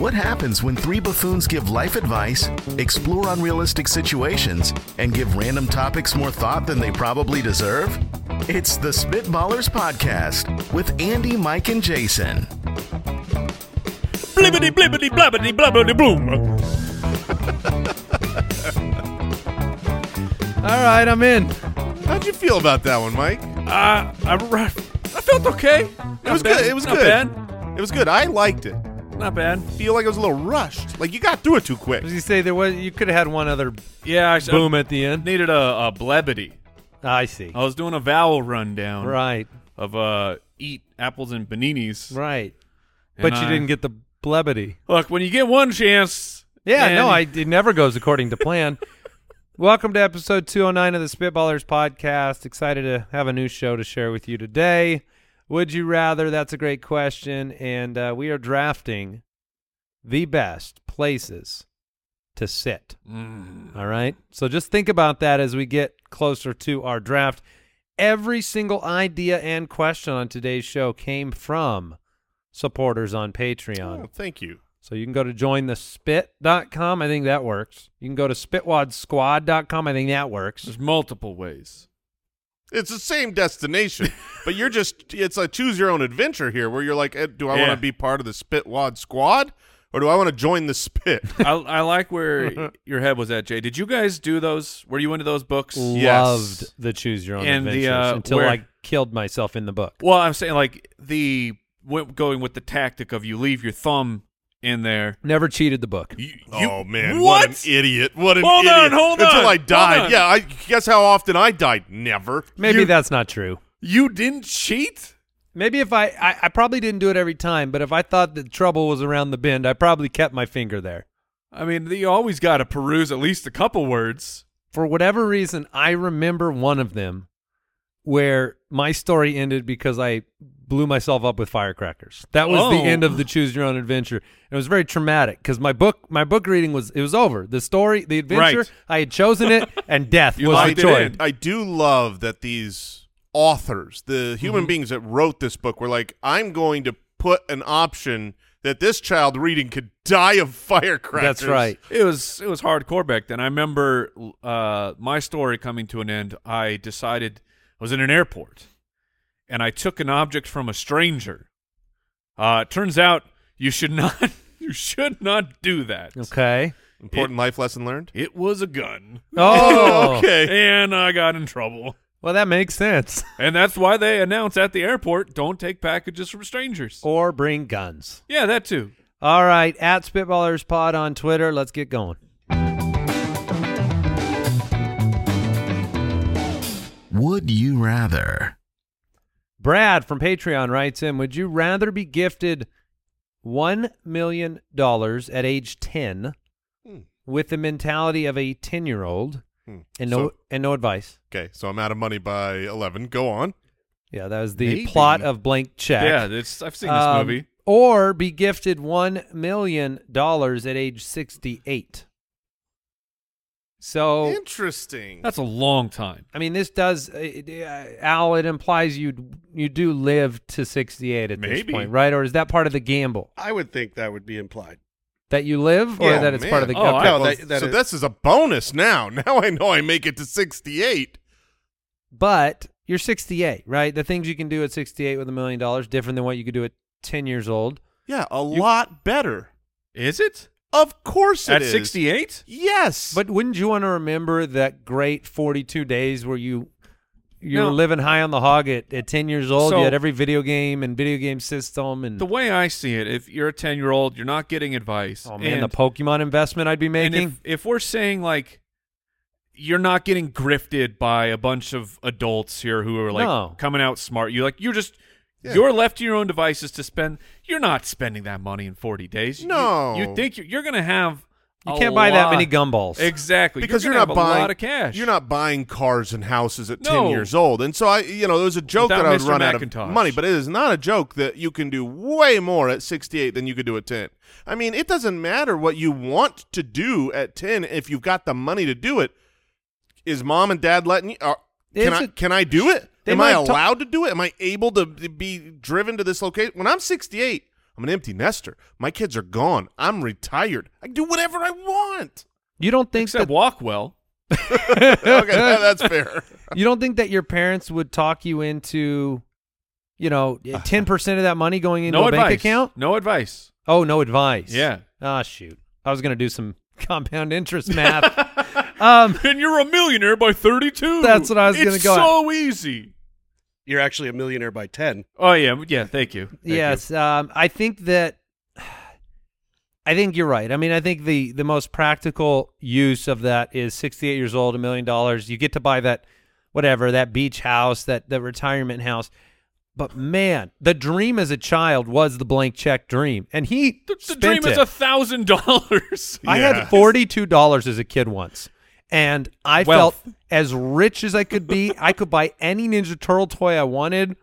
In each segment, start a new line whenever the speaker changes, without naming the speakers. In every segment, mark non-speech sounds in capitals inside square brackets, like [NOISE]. What happens when three buffoons give life advice, explore unrealistic situations, and give random topics more thought than they probably deserve? It's the Spitballers Podcast with Andy, Mike, and Jason.
Blibbity blibbity blabbity blabbity bloom.
All right, I'm in.
How'd you feel about that one, Mike? It
Uh, I, re- I felt okay. It
was good. It was
Not
good.
bad.
It was good. I liked it.
Not bad.
Feel like it was a little rushed. Like you got through it too quick.
As you say, there was you could have had one other
Yeah, I s-
boom
I
at the end.
needed a, a blebity.
I see.
I was doing a vowel rundown
Right,
of uh, eat apples and paninis.
right.
and
But you
I-
didn't get the blebity.
Look, when you get one chance.
Yeah,
and-
no, I, it never goes according to plan. [LAUGHS] Welcome to episode 209 of the Spitballers podcast. Excited to have a new show to share with you today. Would you rather? That's a great question. And uh, we are drafting the best places to sit. All right. So just think about that as we get closer to our draft. Every single idea and question on today's show came from supporters on Patreon.
Oh, thank you.
So you can go to jointhespit.com. I think that works. You can go to spitwadsquad.com. I think that works.
There's multiple ways.
It's the
[LAUGHS]
same destination, but you're just—it's a choose-your-own-adventure here, where you're like, eh, do I
Yeah.
want to be part of the Spitwad Squad, or do I want to join
[LAUGHS]
the Spit?
I, I like [LAUGHS] where your head was at, Jay. Did you guys do those? Were you into those books?
Yes.
Loved the choose your own
And the,
adventures
uh,
until
where-
I killed myself in the book.
Well, I'm saying like the w- going with the tactic of you leave your thumb in there.
Never cheated the book.
You- [LAUGHS] oh man,
what?
what? an idiot! What an
Hold on,
idiot.
hold on,
Until I
hold on.
died. Yeah, I guess how often I died. Never.
Maybe
You-
that's not true.
You didn't cheat?
Maybe if I, I I probably didn't do it every time, but if I thought that trouble was around the bend, I probably kept my finger there.
I mean, you always got to peruse at least a couple words.
For whatever reason, I remember one of them where my story ended because I blew myself up with firecrackers. That was the
Oh.
end of the choose your own adventure. It was very traumatic cuz my book my book reading was it was over. The story, the adventure,
Right.
I had chosen
[LAUGHS]
it and death
You
was
locked
the
it
choice.
in.
I do love that these authors, the
Mm-hmm.
human beings that wrote this book, were like, I'm going to put an option that this child reading could die of firecrackers.
That's right.
It was it was hardcore back then. I remember uh, my story coming to an end. I decided I was in an airport, and I took an object from a stranger. Uh, it turns out you should [LAUGHS] not you should not do that. [LAUGHS]
Okay.
Important life lesson learned.
It was a gun,
[LAUGHS] Oh.
[LAUGHS] okay.
and I got in trouble.
Well, that makes sense.
And that's why they announce at the airport: don't take packages from strangers.
Or bring guns.
Yeah, that too.
All right, at Spitballers Pod on Twitter. Let's get going.
Would you rather?
Brad from Patreon writes in Would you rather be gifted $1 million at age 10
Hmm.
with the mentality of a 10 year old
Hmm.
and no,
So-
and no advice?
okay, so I'm out of money by 11. Go on.
Yeah, that was the
Maybe.
plot of Blank Check.
Yeah, it's, I've seen this
Um,
movie.
Or be gifted $1 million at age 68. So.
Interesting.
That's a long time.
I mean, this does, uh, uh, Al. It implies you you do live to sixty eight at
Maybe.
this point, right? Or is that part of the gamble
I would think that would be implied.
that you live, or
Yeah,
that it's part of the
man. Oh,
gamble?
No,
I-
that- that
so
is-
this is a bonus now. [LAUGHS] Now I know I make it to 68.
But you're sixty eight, right? The things you can do at sixty eight with a million dollars different than what you could do at ten years old.
Yeah, a lot better.
Is it?
Of course it
At
is.
68?
Yes.
But wouldn't you want to remember that great forty two days where you you
No.
were living high on the hog at, at ten years old?
So-
you had every video game and video game system, and
The way I see it, if you're a 10 year old, you're not getting advice.
oh man,
and,
the Pokemon investment I'd be
and
making.
if, if we're saying, like, you're not getting grifted by a bunch of adults here who are, like,
No.
coming out smart, you like, you're just.
Yeah.
You're left to your own devices to spend. You're not spending that money in 40 days. You-
No.
you, think you're, you're going to have.
you
a
can't buy that
lot-
many gumballs.
Exactly,
because you're,
gonna
not
have
buying
a lot of cash.
You're not buying cars and houses at
No.
ten years old, and so I, you know, there was a joke
Without
that I would
Mr.
run out
McIntosh.
of money, but it is not a joke that you can do way more at 68 than you could do at 10. I mean, it doesn't matter what you want to do at 10 if you've got the money to do it. Is mom and dad letting you? Are, can
It's
I
a-
can I do it?
They
Am I
might ta-
allowed to do it? Am I able to be driven to this location when I'm 68? I'm an empty nester. My kids are gone. I'm retired. I can do whatever I want.
You don't think
Except
that
walk well.
Okay, that-
[LAUGHS]
that's fair.
you don't think that your parents would talk you into,
[LAUGHS]
you know, ten percent of that money going into
no
a
advice.
bank account?
No advice.
Oh, no advice.
Yeah.
Ah, shoot. I was gonna do some [LAUGHS]
[LAUGHS]
compound interest math. um,
And you're a millionaire by 32.
That's what I was
It's
gonna go at.
so easy.
You're actually a millionaire by 10.
Oh yeah, yeah. Thank you. Thank you.
yes. Um, I think that. [SIGHS] I think you're right. I mean, I think the the most practical use of that is 68 years old, a million dollars. You get to buy that, whatever, that beach house, that that retirement house. But man, the dream as a child was the blank check dream, and he
The, the
spent
dream is
it.
a thousand dollars.
[LAUGHS] I had forty-two dollars as a kid once, and I
Wealth.
felt as rich as I could be. I could buy any Ninja Turtle toy I wanted.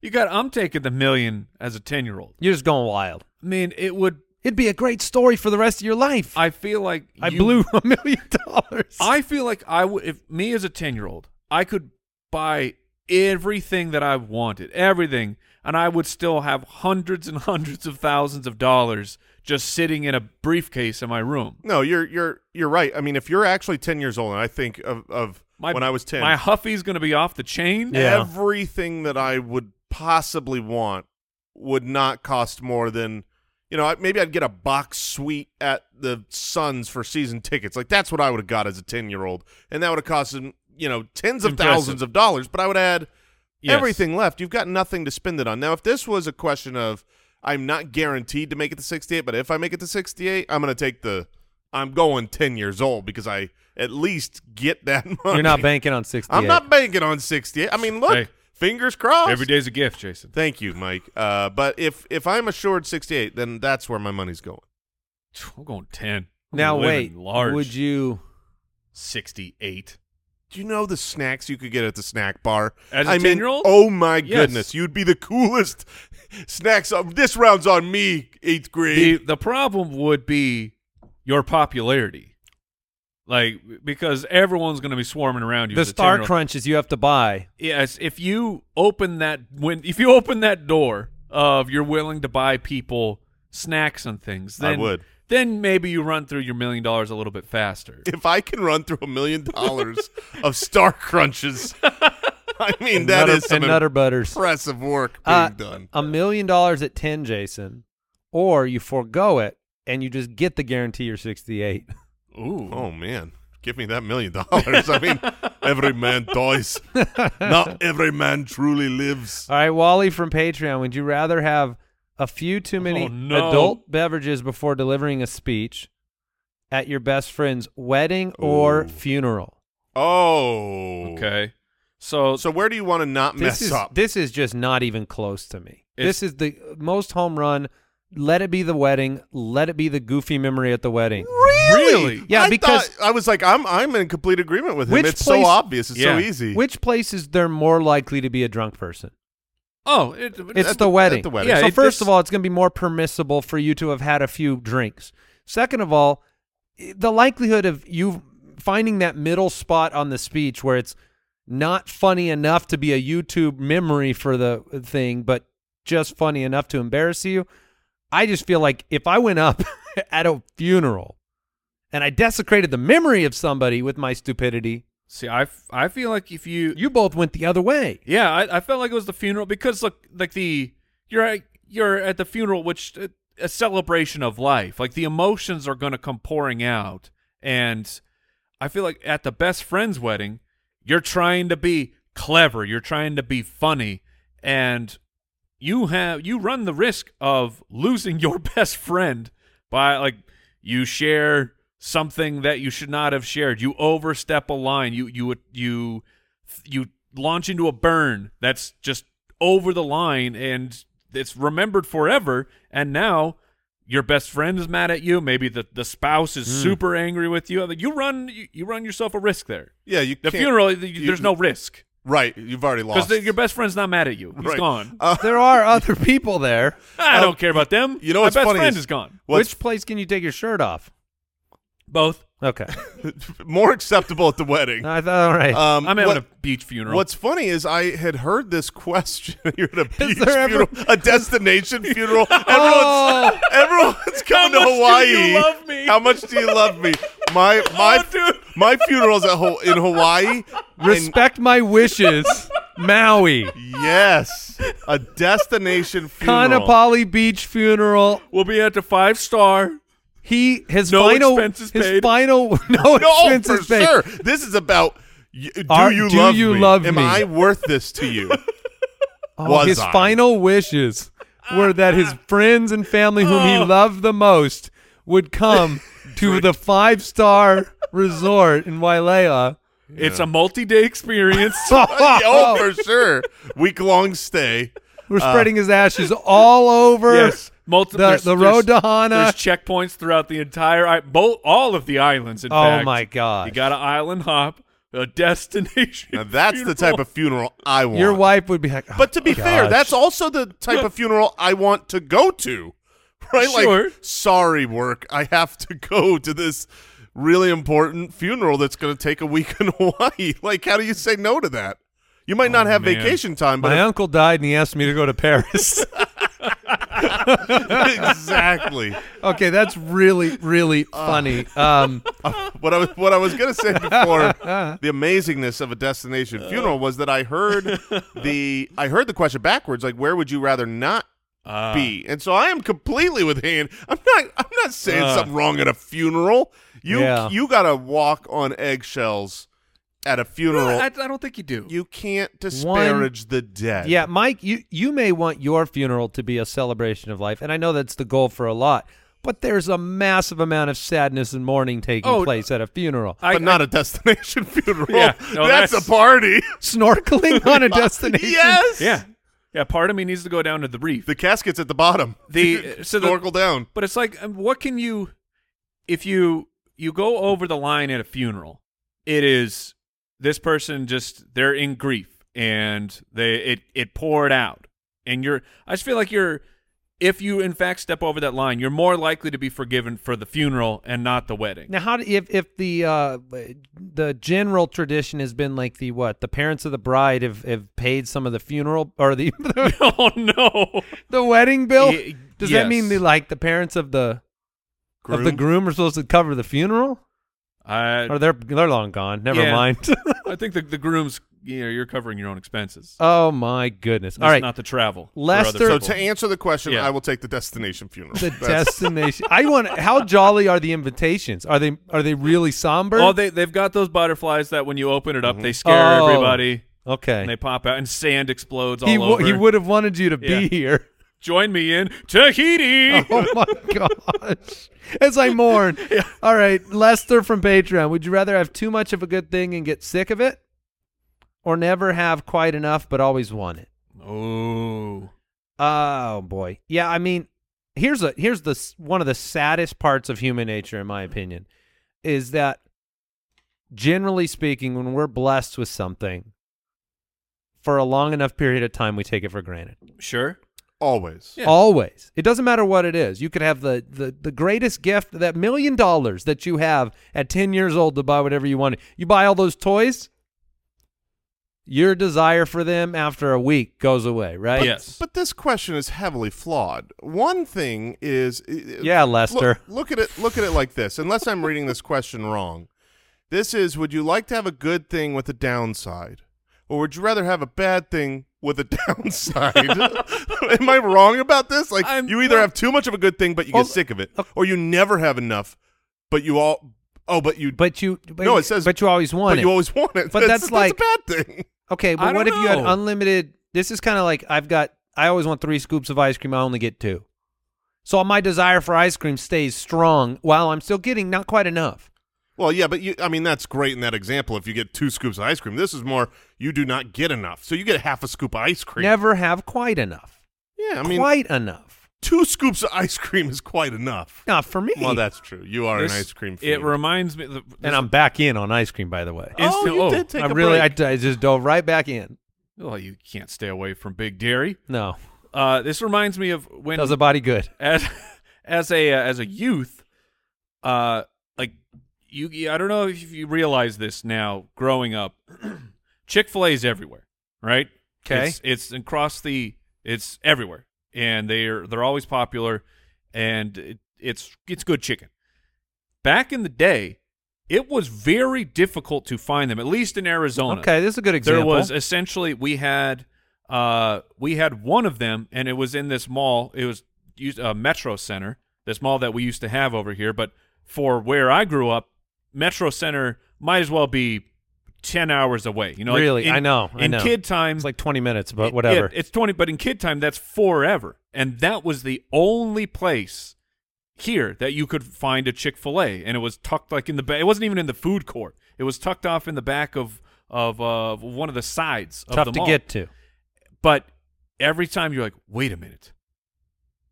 You got. I'm taking the million as a ten year old.
You're just going wild.
I mean, it would.
It'd be a great story for the rest of your life. I,
I feel like you-
blew [LAUGHS] a million dollars.
I feel like I would. If me as a ten year old, I could buy everything that I wanted, everything, and I would still have hundreds and hundreds of thousands of dollars just sitting in a briefcase in my room.
No, you're you're you're right. I mean, if you're actually 10 years old, and I think of of
My,
when I was 10,
my Huffy's going to be off the chain.
Yeah.
everything that I would possibly want would not cost more than you know I- maybe I'd get a box suite at the Suns for season tickets like that's what I would have got as a ten year old and that would have cost him you know tens of
Impressive.
thousands of dollars but I would add
Yes.
everything left you've got nothing to spend it on now if this was a question of I'm not guaranteed to make it to 68 but if I make it to 68 I'm gonna take the I'm going 10 years old because I at least get that [LAUGHS] money
You're not banking on 68.
I'm not banking on 68. I mean, look,
Hey.
fingers crossed.
Every day's a gift, Jason.
Thank you, Mike. Uh, but if if I'm assured 68, then that's where my money's going.
I'm going ten. I'm
now
living
wait.
large.
Would you?
sixty-eight?
Do you know the snacks you could get at the snack bar?
As a
I mean,
10-year-old?
oh my
Yes.
goodness, you'd be the coolest. [LAUGHS] snacks. On, this round's on me, eighth
The
grade.
the problem would be your popularity, like because everyone's going to be swarming around you.
The
as a
star
10-year-old.
crunches you have
[LAUGHS]
to buy.
Yes, if you open that when if you open that door of you're willing to buy people snacks and things,
I
then
would.
Then maybe you run through your million dollars a little bit faster.
if I can run through a million
[LAUGHS]
dollars of star crunches, I mean that
Nutter-
is some
and Nutter Butters.
impressive work being
Uh,
done.
A million dollars at 10, Jason, or you forego it and you just get the guarantee you're 68.
Ooh,
Oh man, give me that million dollars. I mean, every man dies. Not every man truly lives.
All right, Wally from Patreon. Would you rather have a few too many
Oh, no.
adult beverages before delivering a speech at your best friend's wedding or
Ooh.
funeral?
Oh.
okay. So,
So where do you want to not
This
mess
is
up?
this is just not even close to me.
It's-
this is the most home run. Let it be the wedding. Let it be the goofy memory at the wedding.
really,
Yeah,
I
because-
thought- I was like, I'm I'm in complete agreement with him.
Which
it's
place-
so obvious. It's so
Yeah.
easy.
Which place is there more likely to be a drunk person?
oh, it,
It's
At
the,
the-
wedding.
at the wedding.
Yeah,
so
it-
first
this-
of all, it's going to be more permissible for you to have had a few drinks. Second of all, i- the likelihood of you finding that middle spot on the speech where it's not funny enough to be a YouTube memory for the thing, but just funny enough to embarrass you. I just feel like if I went up [LAUGHS] at a funeral and I desecrated the memory of somebody with my stupidity,
see, I f- I feel like if you
you both went the other
[LAUGHS]
way.
Yeah, I, I felt like it was the funeral because look, like the you're at, you're at the funeral, which uh, a celebration of life. Like the emotions are going to come pouring out, and I feel like at the best friend's wedding, you're trying to be clever, you're trying to be funny, and you have you run the risk of losing [LAUGHS] your best friend by like you share something that you should not have shared. You overstep a line. You you you you launch into a burn that's just over the line and it's remembered forever and now your best friend is mad at you maybe the, the spouse is
Hmm.
super angry with you you run you, you run yourself a risk there
yeah, you
the
can't-
funeral you-
you-
there's no risk
right. You've already
because
lost.
your best friend's not mad at you He's
Right. [LAUGHS]
gone
Uh,
There are other people there.
i don't care about them
you know
my
what's
best
funny
friend
is-
is gone
what's
Which place can you take your shirt off?
both
Okay. [LAUGHS]
[LAUGHS] More acceptable at the wedding.
I thought, all right.
Um,
I'm having
what-
a beach funeral.
What's funny is I had heard this [LAUGHS] question. You're at a beach
there ever-
funeral,
[LAUGHS]
a destination funeral. Everyone's,
Oh. [LAUGHS]
everyone's coming to
much do
Hawaii.
you love me?
How much do you love me?
[LAUGHS]
My
Oh,
my
dude.
my funeral's at Ho- in Hawaii. and
Respect my wishes,
[LAUGHS]
Maui.
yes,
[LAUGHS]
a destination funeral.
Kanapali Beach funeral.
we'll be at the five star.
He his
No
final
expenses
his
paid.
final [LAUGHS] no,
[LAUGHS] no, for
expenses paid.
sure. This is about. y- Do
Are-
you
do
love
you
me?
love
Am
me?
I worth this to you?
[LAUGHS] Oh,
Was
his
I?
final wishes were that
[LAUGHS]
his friends and family whom
Oh.
he loved the most would
[LAUGHS]
come to the five star resort in
[LAUGHS]
Wailea.
It's a multi day experience.
[LAUGHS]
oh, for sure. Week long stay.
We're
Uh.
spreading his ashes all over
yes. Multi-
the,
there's-
the road to
there's-
Hana.
There's checkpoints throughout the entire i- both all of the islands. In
Oh
fact,
my gosh.
You got an island hop, a destination.
Now that's the type of funeral I want.
Your wife would be like, oh,
But to be fair,
gosh.
that's also the type of funeral I want to go to. [LAUGHS] Right?
Sure.
Like, sorry, work. I have to [LAUGHS] go to this really important funeral that's going to take a week in [LAUGHS] Hawaii. Like, how do you say no to that? You
Oh,
might not have
man.
vacation time,
my
but
uncle died and he asked me to go
[LAUGHS]
to Paris.
[LAUGHS] exactly.
okay, that's really, really
Uh,
funny.
[LAUGHS]
Um,
What I was what I was going to say before the amazingness of a destination
Uh.
funeral was that I heard
[LAUGHS]
the I heard the question backwards. Like, where would you rather not
Uh,
be. And so I am completely with hand. I'm not. I'm not saying
Uh.
something wrong at a funeral. You
Yeah.
you gotta walk on eggshells at a
no,
funeral.
I, I don't think you do.
you can't disparage the dead.
yeah, Mike, you, you may want your funeral to be a celebration of life, and I know that's the goal for a lot, but there's a massive amount of sadness and mourning taking
Oh,
place at a
[LAUGHS]
funeral.
I,
but not a destination [LAUGHS] funeral.
Yeah, no,
that's,
that's- [LAUGHS]
a party.
Snorkeling on a destination?
yes.
I- yeah, yeah. Part of me needs to go down to the reef.
The casket's at the bottom. [LAUGHS]
The- so the-
snorkel down.
But it's like, um, what can you, if you you go over the line at a funeral, it is this person just they're in grief and they it it poured out, and you're I just feel like you're if you in fact step over that line, you're more likely to be forgiven for the funeral and not the wedding.
Now, how do, if if the uh, the general tradition has been like the what the parents of the bride have, have paid some of the funeral or the [LAUGHS] the,
[LAUGHS] oh
[LAUGHS]
no!
wedding bill?
Y-
Does
yes.
that mean the like the parents of the of the
Groom?
groom are supposed to cover the funeral?
I
Or they're they're long gone. Never
Uh, Yeah.
mind. [LAUGHS]
I think the the groom's you know you're covering your own expenses.
oh my goodness!
That's
All right,
not the travel. for
Lester-
other
So
people.
to answer the question,
Yeah.
I will take the destination funeral.
[LAUGHS] the
That's-
destination. I want. How jolly are the invitations? Are they are they really somber?
Oh, they they've got those butterflies that when you open it up, they scare
Oh.
everybody and
okay.
they pop out, and sand explodes all
He
over.
w- he would have wanted you to
Yeah.
be here. [LAUGHS]
join me in Tahiti.
Oh
[LAUGHS]
my gosh. As I mourn. All right, Lester from Patreon. Would you rather have too much of a good thing and get sick of it? Or never have quite enough but always want it?
Oh,
Oh boy. Yeah, I mean, here's a here's the s- one of the saddest parts of human nature in my opinion is that generally speaking when we're blessed with something for a long enough period of time we take it for granted.
sure.
always.
Yeah.
Always. It doesn't matter what it is. You could have the, the, the greatest gift, that million dollars that you have at 10 years old to buy whatever you want. You buy all those toys, your desire for them after a week goes away, right?
But,
Yes.
But this question is heavily flawed. One thing is
Yeah, Lester.
Look, look at it look at it like this. Unless I'm reading this question wrong. This is would you like to have a good thing with a downside? Or would you rather have a bad thing with a [LAUGHS] downside? Am I wrong about this? Like
I'm-
you either have too much of a good thing but you
Well,
get sick of it,
Oh.
or you never have enough but you all oh but you
But you but,
No, it says-
but you always want
but
it.
you always want it.
But that's like-
a bad thing.
okay,
I
but what if
don't
you had
know.
unlimited this is kind of like I've got I always want 3 scoops of ice cream, I only get 2. So my desire for ice cream stays strong while I'm still getting not quite enough.
Well, yeah, but you, I mean, that's great in that example. If you get two scoops of ice cream, this is more you do not get enough. So you get half a scoop of ice cream.
Never have quite enough.
yeah, I mean,
quite enough.
two scoops of ice cream is quite enough.
Not for me.
Well, that's true. You are
This-
an ice cream. Fiend.
It reminds me, the,
and I'm back in on ice cream, by the way.
oh,
instant-
you
oh,
did take
I
a
really, I,
break.
I just dove right back in.
well, you can't stay away from Big Dairy.
No,
Uh, this reminds me of when [LAUGHS]
does the body good?
as as a uh, as a youth, uh, like you I don't know if you realize this now growing up. [CLEARS THROAT] Chick-fil-A's everywhere, right?
'Kay.
It's, it's across the it's everywhere. And they're they're always popular and it, it's it's good chicken. Back in the day, it was very difficult to find them, at least in Arizona.
Okay, this is a good example.
There was essentially we had uh we had one of them and it was in this mall. It was used uh, Metro Center, this mall that we used to have over here, but for where I grew up, Metro Center might as well be 10 hours away. You know, like,
Really?
in-
I know, I
in
know.
kid time
it's like 20 minutes, but
it-
whatever.
yeah, it's 20, but in kid time, that's forever. And that was the only place here that you could find a Chick fil A. And it was tucked like in the back. It wasn't even in the food court, it was tucked off in the back of, of uh, one of the sides of
Tough
the
to
mall.
get to.
But every time you're like, wait a minute.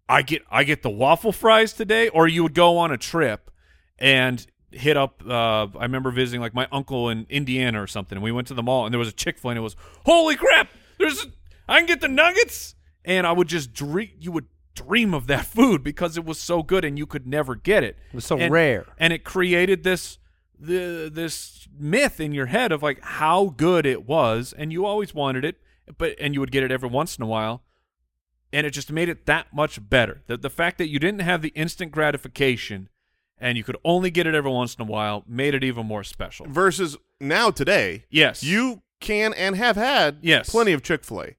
I get I get the waffle fries today, or you would go on a trip and hit up. Uh, I remember visiting like my uncle in Indiana or something, and we went to the mall, and there was a Chick Fil A, and it was holy crap! There's I can get the nuggets, and I would just dream. You would dream of that [LAUGHS] food because it was so good, and you could never get it. It
was so
and,
rare.
and it created this the this myth in your head of like how good it was, and you always wanted it, but and you would get it every once in a while and it just made it that much better. The, the fact that you didn't have the instant gratification and you could only get it every once in a while made it even more special.
Versus now today,
Yes.
you can and have had
Yes.
plenty of Chick Fil A.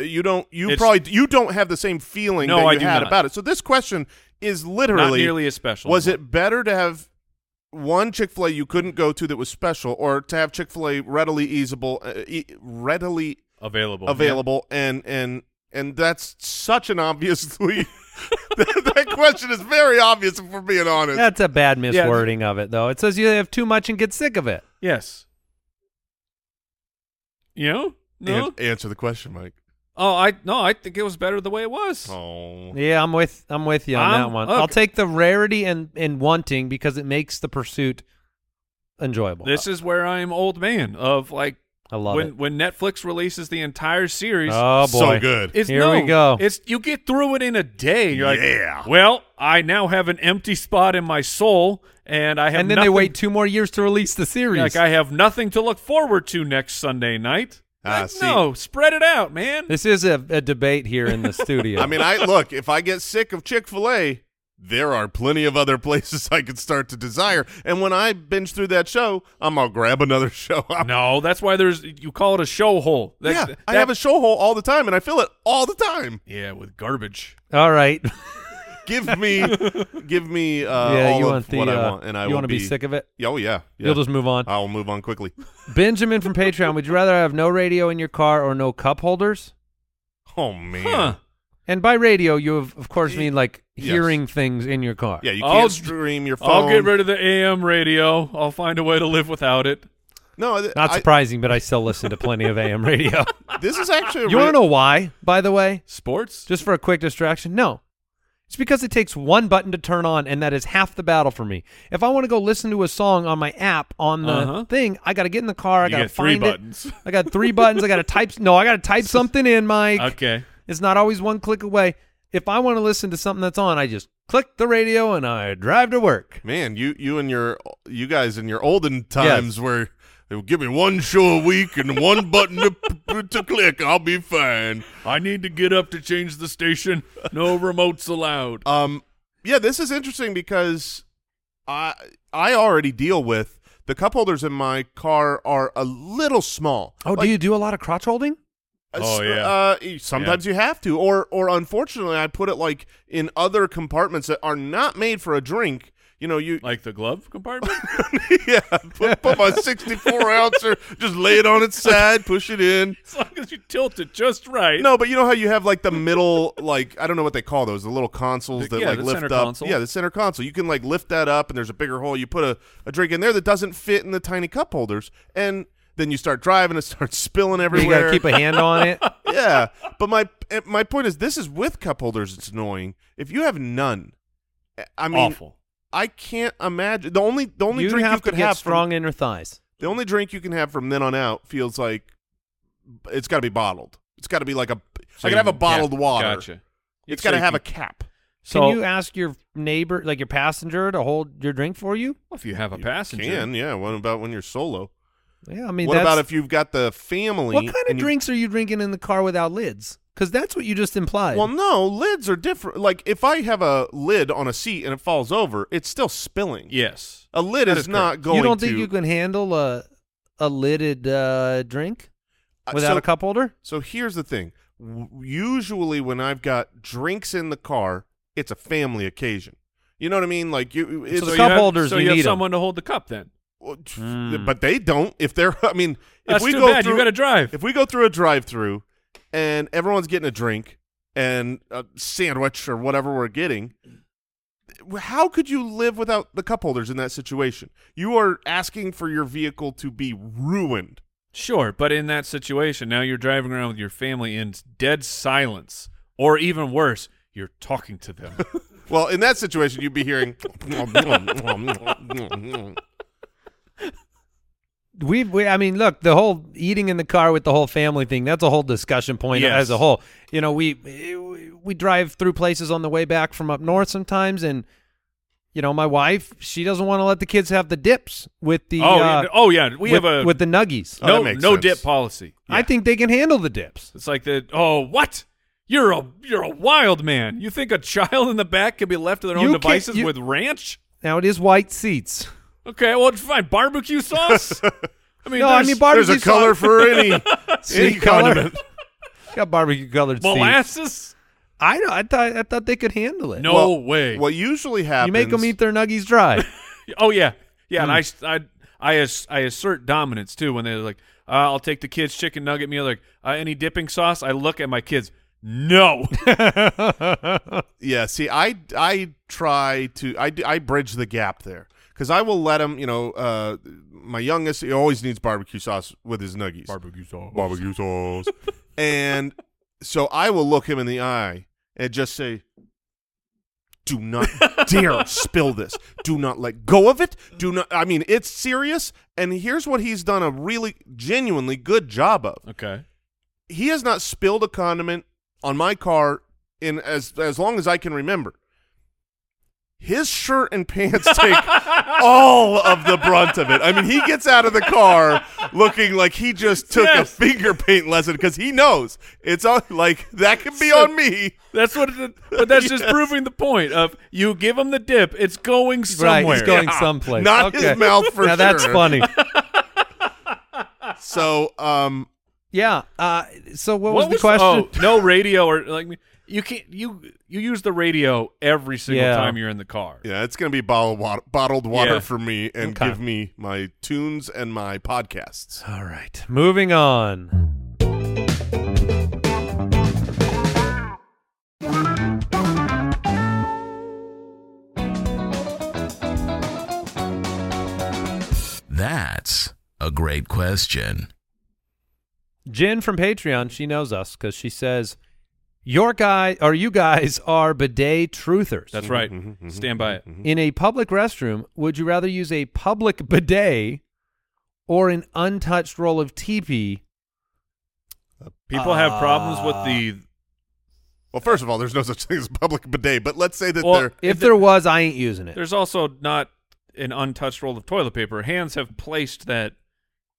You don't. You
It's-
probably you don't have the same feeling
No,
that you
I do
had
not.
about it. So this question is
Not
literally
nearly as special.
Was it better to have one Chick Fil A you couldn't go to that was special, or to have Chick Fil A readily easable, uh, e- readily
available?
available, and and and that's such an [LAUGHS] obviously that, that question is very obvious if we're being honest.
That's a bad
Yeah.
miswording of it, though. It says you have too much and get sick of it.
Yeah. Yes. You know? No.
An- answer the question, Mike.
oh, I no, I think it was better the way it was.
Oh,
Yeah, I'm with I'm with you on
I'm-
that one.
look-
I'll take the rarity and and wanting because it makes the pursuit enjoyable.
This is where I'm old man of like
I love
when
it.
when Netflix releases the entire series,
Oh boy,
so good.
It's
Here
no,
we go.
It's you get through it in a day. You're like,
Yeah.
Well, I now have an empty spot in my soul, and I have.
And then they
nothing-
wait two more years to release the series.
Like I have nothing to look forward to next Sunday night.
Ah,
Like,
see.
no, spread it out, man.
this is a, a debate here in
[LAUGHS]
the studio.
I mean, I look. If I get sick of Chick Fil A, there are plenty of other [LAUGHS] places I could start to desire. And when I binge through that show, I'm gonna grab another [LAUGHS] show. I'm
no, that's why there's. You call it a show hole. That-
yeah, I
that-
have a show hole all the time, and I fill it all the time.
Yeah, with garbage.
all right.
[LAUGHS]
Give me, give me uh,
yeah,
all
you
of
want the
what I
uh,
want, and I
you
want to
be sick of it.
Oh yeah, yeah. Uh,
You'll just move on.
I will move on quickly. [LAUGHS]
Benjamin from Patreon, would you rather have no radio in your car or no cup holders?
Oh man,
Huh.
And by radio, you of of course mean like
Yes.
hearing things in your car.
yeah, you
I'll
can't
d-
stream your phone.
I'll get rid of the AM radio. I'll find a way to live without it.
No, th-
Not
I-
surprising, but I still listen to plenty of AM radio.
this is actually. a
You want
re-
to know why, by the way?
Sports.
Just for a quick distraction? No. It's because it takes one button to turn on, and that is half the battle for me. If I want to go listen to a song on my app on the
Uh-huh.
thing, I got to get in the car. I
You
got to
get three
find it. [LAUGHS]
buttons.
I got three buttons. I got to type. No, I got to type something in, Mike.
okay.
It's not always one click away. If I want to listen to something that's on, I just click the radio and I drive to work.
Man, you you and your you guys in your olden times were they would give me one show a week and one button to, p- to click, I'll be fine.
I need to get up to change the station. No remotes allowed.
Um, yeah, this is interesting because I I already deal with the cup holders in my car are a little small.
Oh, do you do a lot of crotch holding?
Uh,
Oh,
s-
yeah.
Uh, y- sometimes you have to, or or unfortunately, I put it like in other compartments that are not made for a drink. You
[LAUGHS]
know, you
Like the glove compartment? [LAUGHS]
yeah, [LAUGHS] put, put my 64 ouncer, just lay it on its side, push it in.
as long as you tilt it just right.
No, but you know how you have like the middle, like I don't know what they call those, the little consoles
The-
that
yeah,
like
the
lift
center
up.
console.
Yeah, the center console. You can like lift that up, and there's a bigger hole. You put a, a drink in there that doesn't fit in the tiny cup holders, and then you start driving, it
[LAUGHS]
starts spilling
You got to
everywhere.
keep a hand on it.
yeah, but my eh, my point is, this is with cup holders. It's annoying if you have none. eh, I mean,
Awful.
I can't imagine the only the only
you
drink
have
you could
to get
have from-
strong inner thighs.
the only drink you can have from then on out feels like it's got to be bottled. It's got to be like a. I
you-
can have a bottled
yeah,
water.
Gotcha.
It's
So
got to
you
have
can-
a cap.
So
Can you ask your neighbor, like your passenger, to hold your drink for you?
if you have a passenger,
Can yeah. What about when you're solo?
Yeah, I mean,
what
that's-
about if you've got the family?
what kind of
and you-
drinks are you drinking in the car without lids? Because that's what you just implied.
Well, no, lids are different. Like if I have a lid on a seat and it falls over, it's still spilling.
yes,
A lid
That
is
is
not going.
you don't
to,
think you can handle a a lidded uh, drink
Uh,
without
so-
a cup holder?
So here's the thing. W- Usually, when I've got drinks in the car, it's a family occasion. You know what I mean? Like you, it's,
So
you
the cup Hmm.
have-
holders,
So
you
you have
need 'em.
someone to hold the cup. Then
Well, t-
Mm.
but they don't. If they're, [LAUGHS] I mean, if
that's
we
too
go
bad.
through,
you got to drive.
if we go through a drive-through and everyone's getting a drink and a sandwich or whatever we're getting, how could you live without the cup holders in that situation? You are asking for your vehicle to be ruined.
Sure, but in that situation, now you're driving around with your family in dead silence, or even worse, you're talking to them.
Well, in that situation, you'd
[LAUGHS]
be hearing.
We, we, I mean, look, the whole eating in the car with the whole family thing—that's a whole discussion point
Yes.
as a whole. You know, we we drive through places on the way back from up north sometimes, and you know, my wife she doesn't want to let the kids have the dips with [LAUGHS] the
oh,
uh,
yeah, oh yeah, we
with,
have a
with the nuggies.
Oh,
no
that makes
no
sense.
dip policy.
I think they can handle the dips.
It's like the oh what. You're a you're a wild man. You think a child in the back can be left to their
You
own
can't-
devices
you-
with ranch?
Now it is white seats.
Okay, well, fine. Barbecue
[LAUGHS]
sauce. I mean,
no, I
there's
mean barbecue.
There's a color for
[LAUGHS]
any any
seat color.
condiment.
[LAUGHS] Got barbecue colored seats.
molasses.
I don't. I thought I thought they could handle it.
No
Well-
way.
What usually happens?
Oh, you make them eat their nuggies dry.
Oh yeah, yeah.
Hmm.
And I, I, I, ass- I assert dominance too when they're like, uh, "I'll take the kids' chicken nugget meal." Like, uh, any dipping sauce? I look at my kids.
[LAUGHS]
No.
Yeah. See, I I try to I d- I bridge the gap there because I will let him. You know, uh, my youngest he always needs barbecue sauce with his nuggies.
Barbecue sauce.
barbecue sauce. [LAUGHS] and so I will look him in the eye and just say, "Do not dare spill this. Do not let go of it. Do not. I mean, it's serious. And here's what he's done a really genuinely good job of.
Okay.
he has not spilled a condiment on my car in as as long as I can remember. His shirt
[LAUGHS]
and pants take all of the brunt of it. I mean, he gets out of the car looking like he just took
Yes.
a finger paint lesson because he knows it's on like that could be
So-
on me.
That's what. It, but that's
[LAUGHS]
just
Yes.
proving the point of you give them the dip. It's going somewhere.
Right, he's going someplace.
Not
Okay.
his mouth for
now
sure.
that's funny.
So, um,
Yeah. Uh, so what, was the
oh,
question?
no radio or like you can't you you use the radio every single
Yeah.
time you're in the car.
yeah, it's gonna be bottled water, bottled water
Yeah.
for me, and
Okay.
give me my tunes and my podcasts.
All right, moving on.
That's a great question.
Jen from Patreon, she knows us because she says, "Your guy or you guys are bidet truthers."
That's right.
Mm-hmm,
mm-hmm,
Stand by it.
In a public restroom, would you rather use a public bidet or an untouched roll of teepee?
People
Uh,
have problems with the
mm-hmm. Well, first of all, there's no such thing as a public bidet, but let's say that
Well,
there.
If
the-
there was, I ain't using it.
There's also not an untouched roll of toilet paper. Hands have placed that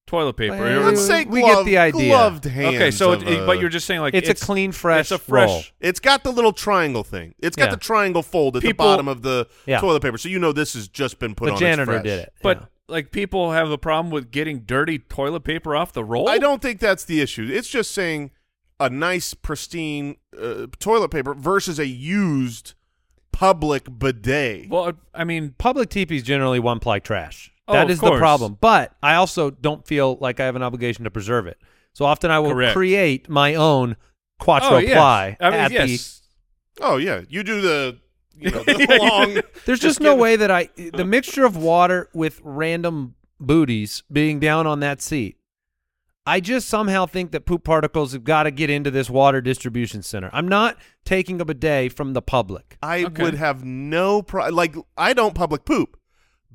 toilet paper.
Well,
Or-
Let's say
we get
glove-
the idea.
Gloved hands.
okay, so
of
it, it-
a-
but you're just saying like
it's, a clean, fresh,
it's a fresh.
roll.
It's got the little triangle thing. It's got
Yeah.
the triangle fold at
People-
the bottom of the
Yeah.
toilet paper, so you know this has just been put
The
on. It's
janitor
fresh.
did it.
But
yeah.
like people have a problem with getting dirty toilet paper off the roll.
I don't think that's the issue. It's just saying a nice, pristine uh, toilet paper versus a used public bidet.
Well, I mean,
public teepee is generally one ply trash.
Oh,
that
of
is the
course.
problem. But I also don't feel like I have an obligation to preserve it. So often I will
Correct.
create my own
oh,
quattro
yes.
ply
I mean,
at the.
yes.
oh yeah, you do the
[LAUGHS]
you know the long.
There's just, no way that I the mixture of water with random booties being down on that seat. I just somehow think that poop particles have got to get into this water distribution center. I'm not taking a bidet from the public.
I
Okay.
would have no pro- like I don't public poop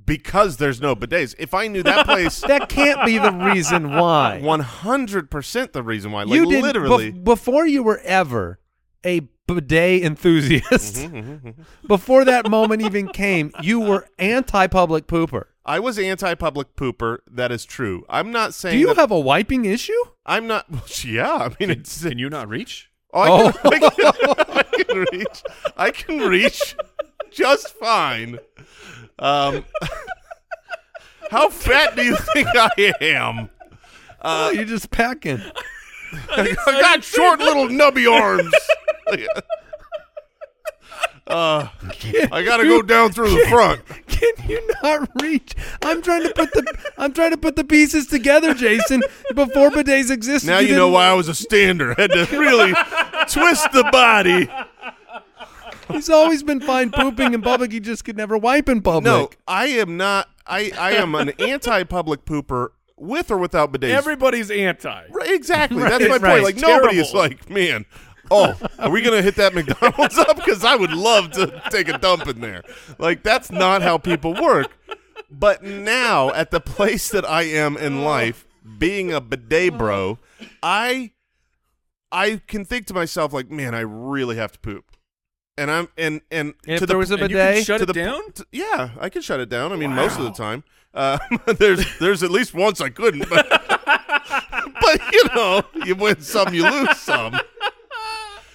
because there's no bidets. If I knew that place
That can't be the
[LAUGHS]
reason why.
One hundred percent the reason why. Like
didn't-
literally.
bef- before you were ever a bidet enthusiast.
Mm-hmm,
Before that moment even came, you were anti public
[LAUGHS]
pooper.
I was anti-public pooper. That is true. I'm not saying
Do you
that-
have a wiping issue?
I'm not. [LAUGHS] yeah, I mean, it's
[LAUGHS]
Can you not reach?
Oh, I, can, I, can, [LAUGHS] I can reach. I can reach just fine. Um, [LAUGHS] how fat do you think I am? Uh,
oh, you're just packing.
[LAUGHS] I've got short little nubby arms.
[LAUGHS]
[LAUGHS] Uh, I got to go down through the front.
Can you not reach? I'm trying to put the I'm trying to put the pieces together, Jason. Before bidets existed.
Now you know
didn't-
why I was a stander. Had to really twist the body.
He's always been fine pooping in public. He just could never wipe in public.
No, I am not. I, I am an anti-public pooper with or without bidets.
Everybody's anti.
Right, exactly. That's my
right.
point. Like
It's
nobody is
terrible.
like, man. Oh, are we gonna hit that McDonald's up? Because I would love to take a dump in there. Like that's not how people work. But now, at the place that I am in life, being a bidet bro, I I can think to myself like, man, I really have to poop, and I'm and and,
And if
to the
there was a
And you can
bidet,
shut
to
it
the-
down?
t- yeah, I can shut it down. I mean, most of the time. Uh, [LAUGHS] there's there's at least once I couldn't, but, [LAUGHS] but you know, you win some, you lose some.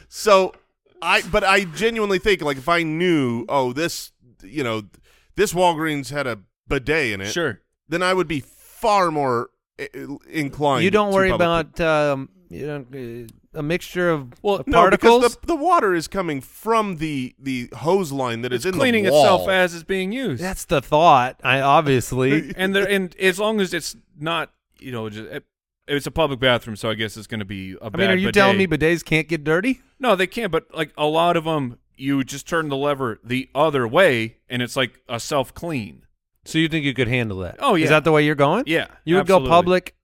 So I, but I genuinely think like if I knew, oh, this, you know, this Walgreens had a bidet in it,
Sure.
then I would be far more i- inclined.
you don't
to
worry
public-
about um, you know, uh, a mixture of
Well,
of
No,
particles.
because the, the water is coming from the the hose line that is
It's
in
cleaning
the wall.
itself as it's being used.
That's the thought. I
[LAUGHS]
obviously
and there and as long as it's not, you know, just it- it's a public bathroom, so I guess it's going to be a
I mean, are you telling me bidets can't get dirty?
No, they can't. But like a lot of them, you just turn the lever the other way, and it's like a self clean.
So you think you could handle that?
Oh, yeah.
Is that the way you're going?
Yeah,
You would
absolutely.
go public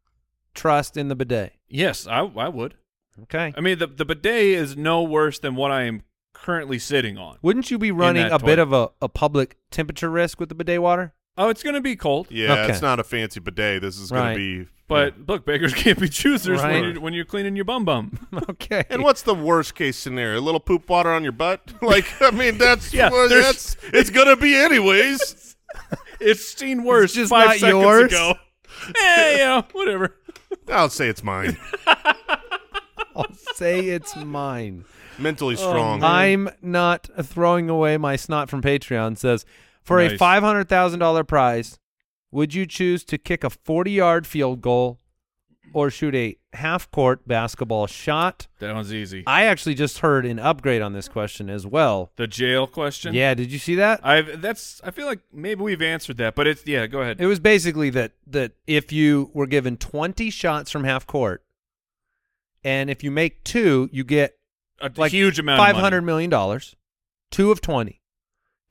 trust in the bidet.
Yes, I I would.
Okay.
I mean, the the bidet is no worse than what I am currently sitting on.
Wouldn't you be running
that
a bit
toilet.
of a, a public temperature risk with the bidet water? [LAUGHS]
Oh, it's going to be cold.
Yeah,
Okay.
it's not a fancy bidet. This is going
Right.
to be.
But look, beggars [LAUGHS] can't be choosers
Right.
when, you're, when you're cleaning your bum bum.
Okay.
And what's the worst case scenario? A little poop water on your butt? [LAUGHS] Like, I mean, that's
Yeah,
well,
there's-
that's it's gonna
[LAUGHS]
be anyways.
It's seen worse
just
five
not
seconds
yours?
ago.
[LAUGHS]
Eh, you know, whatever.
I'll say it's mine.
I'll say
[LAUGHS]
it's mine.
Mentally
Oh,
strong.
I'm not throwing away my snot from Patreon. Says for a
Nice.
five hundred thousand dollar prize, would you choose to kick a forty yard field goal or shoot a half court basketball shot?
That one's easy.
I actually just heard an upgrade on this question as well.
The jail question.
Yeah, did you see that?
I that's I feel like maybe we've answered that, but it's yeah, go ahead.
[LAUGHS] It was basically that that if you were given 20 shots from half court and if you make two, you get
A
like
huge amount
five
of
hundred
money.
million dollars. Two of 20.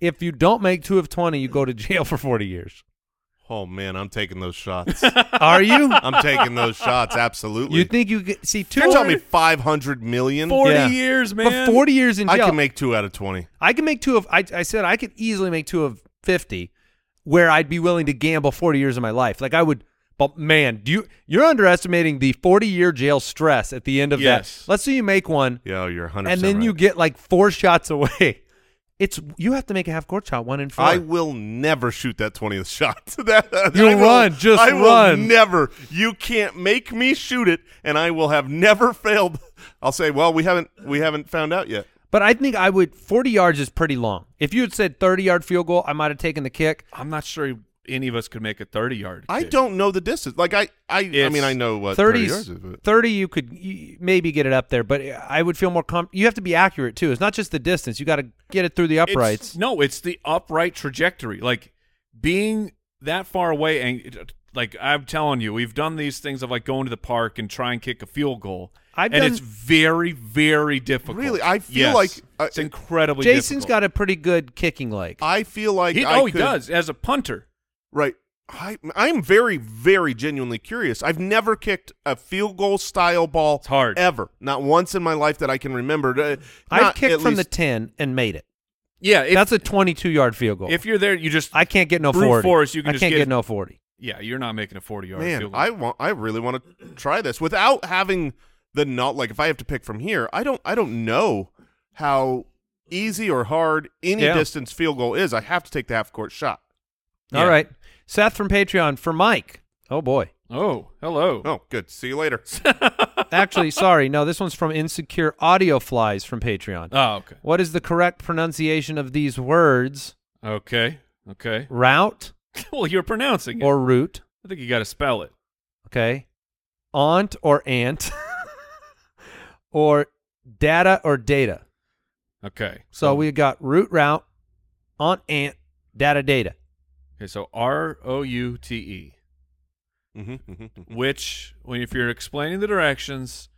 If you don't make two of 20, you go to [LAUGHS] jail for 40 years.
[LAUGHS]
oh man, I'm taking those shots.
Are you?
I'm taking those shots. Absolutely.
you think you get see two
You're telling me five hundred million?
40
Yeah.
years,
for
man.
40 years in
I
jail?
can make two out of twenty.
I can make two of I I said I could easily make two of 50 where I'd be willing to gamble 40 years of my life. Like I would but man, do you you're underestimating the 40 year jail stress at the end of
Yes.
that. Let's say you make one
Yeah, oh, you're hundred.
and then you get like four shots away. [LAUGHS] It's you have to make a half court shot, one in four.
I will never shoot that 20th shot. [LAUGHS] that, that-
You'll
I will-
run, just
I will
run.
never. You can't make me shoot it, and I will have never [LAUGHS] failed. I'll say, well, we haven't we haven't found out yet.
but I think I would 40 yards is pretty long. If you had said 30 yard field goal, I might have taken the kick.
I'm not sure any of us could make a 30 yard.
I don't know the distance. Like I, I, I
It's
mean, I know what
30
thirty
's-
yards is. But
30 you could y- maybe get it up there, but I would feel more com- you have to be accurate too. It's not just the distance. You got to get it through the uprights.
It's, no, it's the upright trajectory. Like being that far away and it- like I'm telling you, we've done these things of like going to the park and try and kick a field goal.
I've
and
done-
it's very, very difficult.
Really? I feel
Yes.
like- uh, I-
it's incredibly
Jason's
difficult.
got a pretty good kicking leg.
I feel like
He,
I
oh,
could,
he does as a punter.
Right. I, I'm very, very genuinely curious. I've never kicked a field goal style ball.
It's hard.
ever. Not once in my life that I can remember. Uh,
I've
not
kicked
at
from the
least-
10 and made it.
Yeah, if,
That's a 22 yard field goal.
if you're there, you just
I can't get no
brute
40.
force, you can
I
just
can't
get-
get no 40.
yeah, you're not making a 40 yard
man.
field goal.
I want. I really want to try this without having the not. Like if I have to pick from here, I don't. I don't know how easy or hard any
Yeah.
distance field goal is. I have to take the half court shot.
All
Yeah.
right. Seth from Patreon for Mike. Oh
[LAUGHS]
boy.
Oh, hello.
Oh, good. See you
[LAUGHS]
later.
Actually, sorry. No, this one's from Insecure Audio Flies from Patreon.
Oh, okay.
what is the correct pronunciation of these words?
Okay. Okay. [LAUGHS]
Route
well, you're pronouncing it.
or root?
I think you got to spell it.
Okay. Aunt or aunt? [LAUGHS] or data or data?
Okay.
So we got root route, aunt aunt, data data.
Okay, so R O U T E,
Mm-hmm,
which when if you're explaining the directions,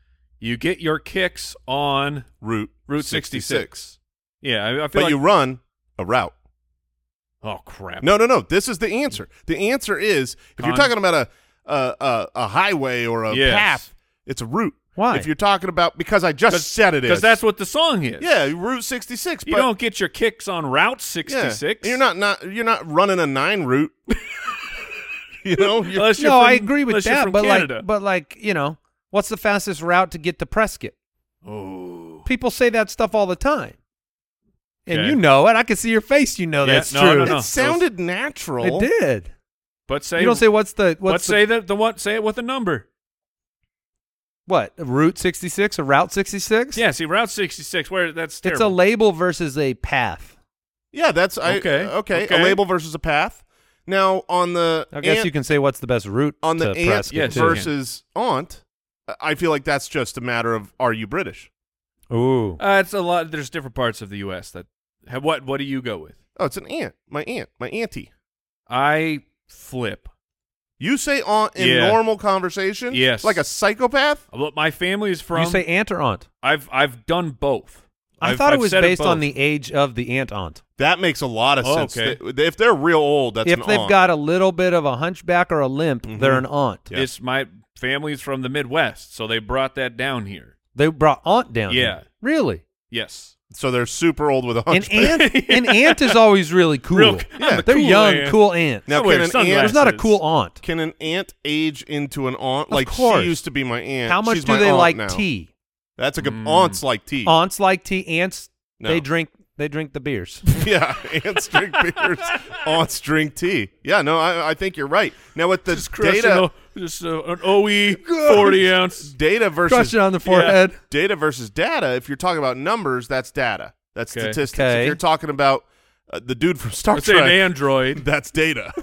you get your kicks on
Route
Route 66. Yeah, I, I feel
But
like
you run a route.
Oh crap.
No, no, no. This is the answer. The answer is if you're
Con-
talking about a a, a, a highway or a
Yes.
path, it's a route.
Why?
If you're talking about because I just said it is.
Because that's what the song is.
yeah, Route 66.
You
but
don't get your kicks on Route
yeah,
66.
You're not not you're not running a nine route. [LAUGHS] you
[LAUGHS]
know, you're,
Unless you're
no,
from-
I agree with
unless you're
that,
from
but
Canada.
like, but like, you know, what's the fastest route to get to Prescott?
oh.
People say that stuff all the time, and
Okay.
you know it. I can see your face. You know
Yeah,
that's
no,
true.
no,
it
no.
sounded natural.
It did.
But say
you don't say what's the what's
but
the,
say the, the what say it with a number.
what Route sixty six or Route sixty six?
Yeah, see Route 66 where that's
it's a
terrible.
label versus a path.
Yeah, that's I,
Okay,
okay. Okay,
okay.
a label versus a path. Now on the
I guess
ant-
you can say what's the best route
on the
to
aunt
Prescott.
yes,
too.
you can.
versus aunt. I feel like that's just a matter of are you British?
Ooh,
uh, it's a lot there's different parts of the US that have what what do you go with?
Oh, it's an aunt. My aunt. My auntie.
I flip.
You say aunt in
Yeah.
normal conversation?
Yes.
Like a psychopath?
Look, my family is from
you say aunt or aunt?
I've I've done both.
I
I've-
thought
I've
it was
said
based on
both.
the age of the aunt aunt.
That makes a lot of
Oh,
sense.
okay.
Th- If they're real old, that's
if
an
they've
aunt.
got a little bit of a hunchback or a limp,
Mm-hmm.
they're an aunt.
Yeah.
It's my family's from the Midwest, so they brought that down here.
They brought aunt down.
Yeah.
here. really.
Yes.
so they're super old with a
An
hunch.
aunt,
[LAUGHS]
an aunt is always really cool.
Real- I'm the
they're
cool
young,
aunt.
cool aunt.
Now,
I wear
can an
sunglasses.
There's not a cool aunt.
[LAUGHS] Can an aunt age into an aunt?
Of
like
course.
she used to be my aunt.
How much
She's
do
my
they
aunt
like
now.
tea?
That's a good
Mm.
aunts like tea.
Aunts like tea. Aunts
No.
they drink they drink
[LAUGHS]
the beers.
[LAUGHS] yeah, aunts drink [LAUGHS] beers. Aunts drink tea. Yeah, no, I, I think you're right. Now with the
Just crushing
data,
a- just uh, an
[LAUGHS]
OE forty ounce.
data
Crush
versus
it on the forehead.
data versus data. If you're talking about numbers, that's data. That's
Okay.
statistics.
Okay.
If you're talking about uh, the dude from Star
Let's say an
Trek,
Android. [LAUGHS]
that's data.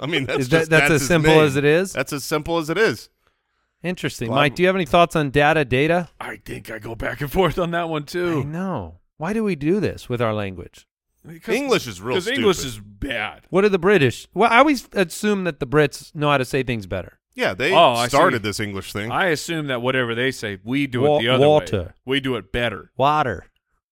I mean, that's
Is that-
just,
that's as
his
simple
name.
as it is?
That's as simple as it is.
Interesting.
Well,
Mike, do you have any thoughts on data data?
I think I go back and forth on that one
I
too.
know. Why do we do this with our language?
Because-
English is real
Because English
stupid.
is bad.
What are the British? Well, I always assume that the Brits know how to say things better.
Yeah, they
Oh, I
started
see.
this English thing.
I assume that whatever they say, we do
Wa-
it the other way.
water.
We do it better.
Water.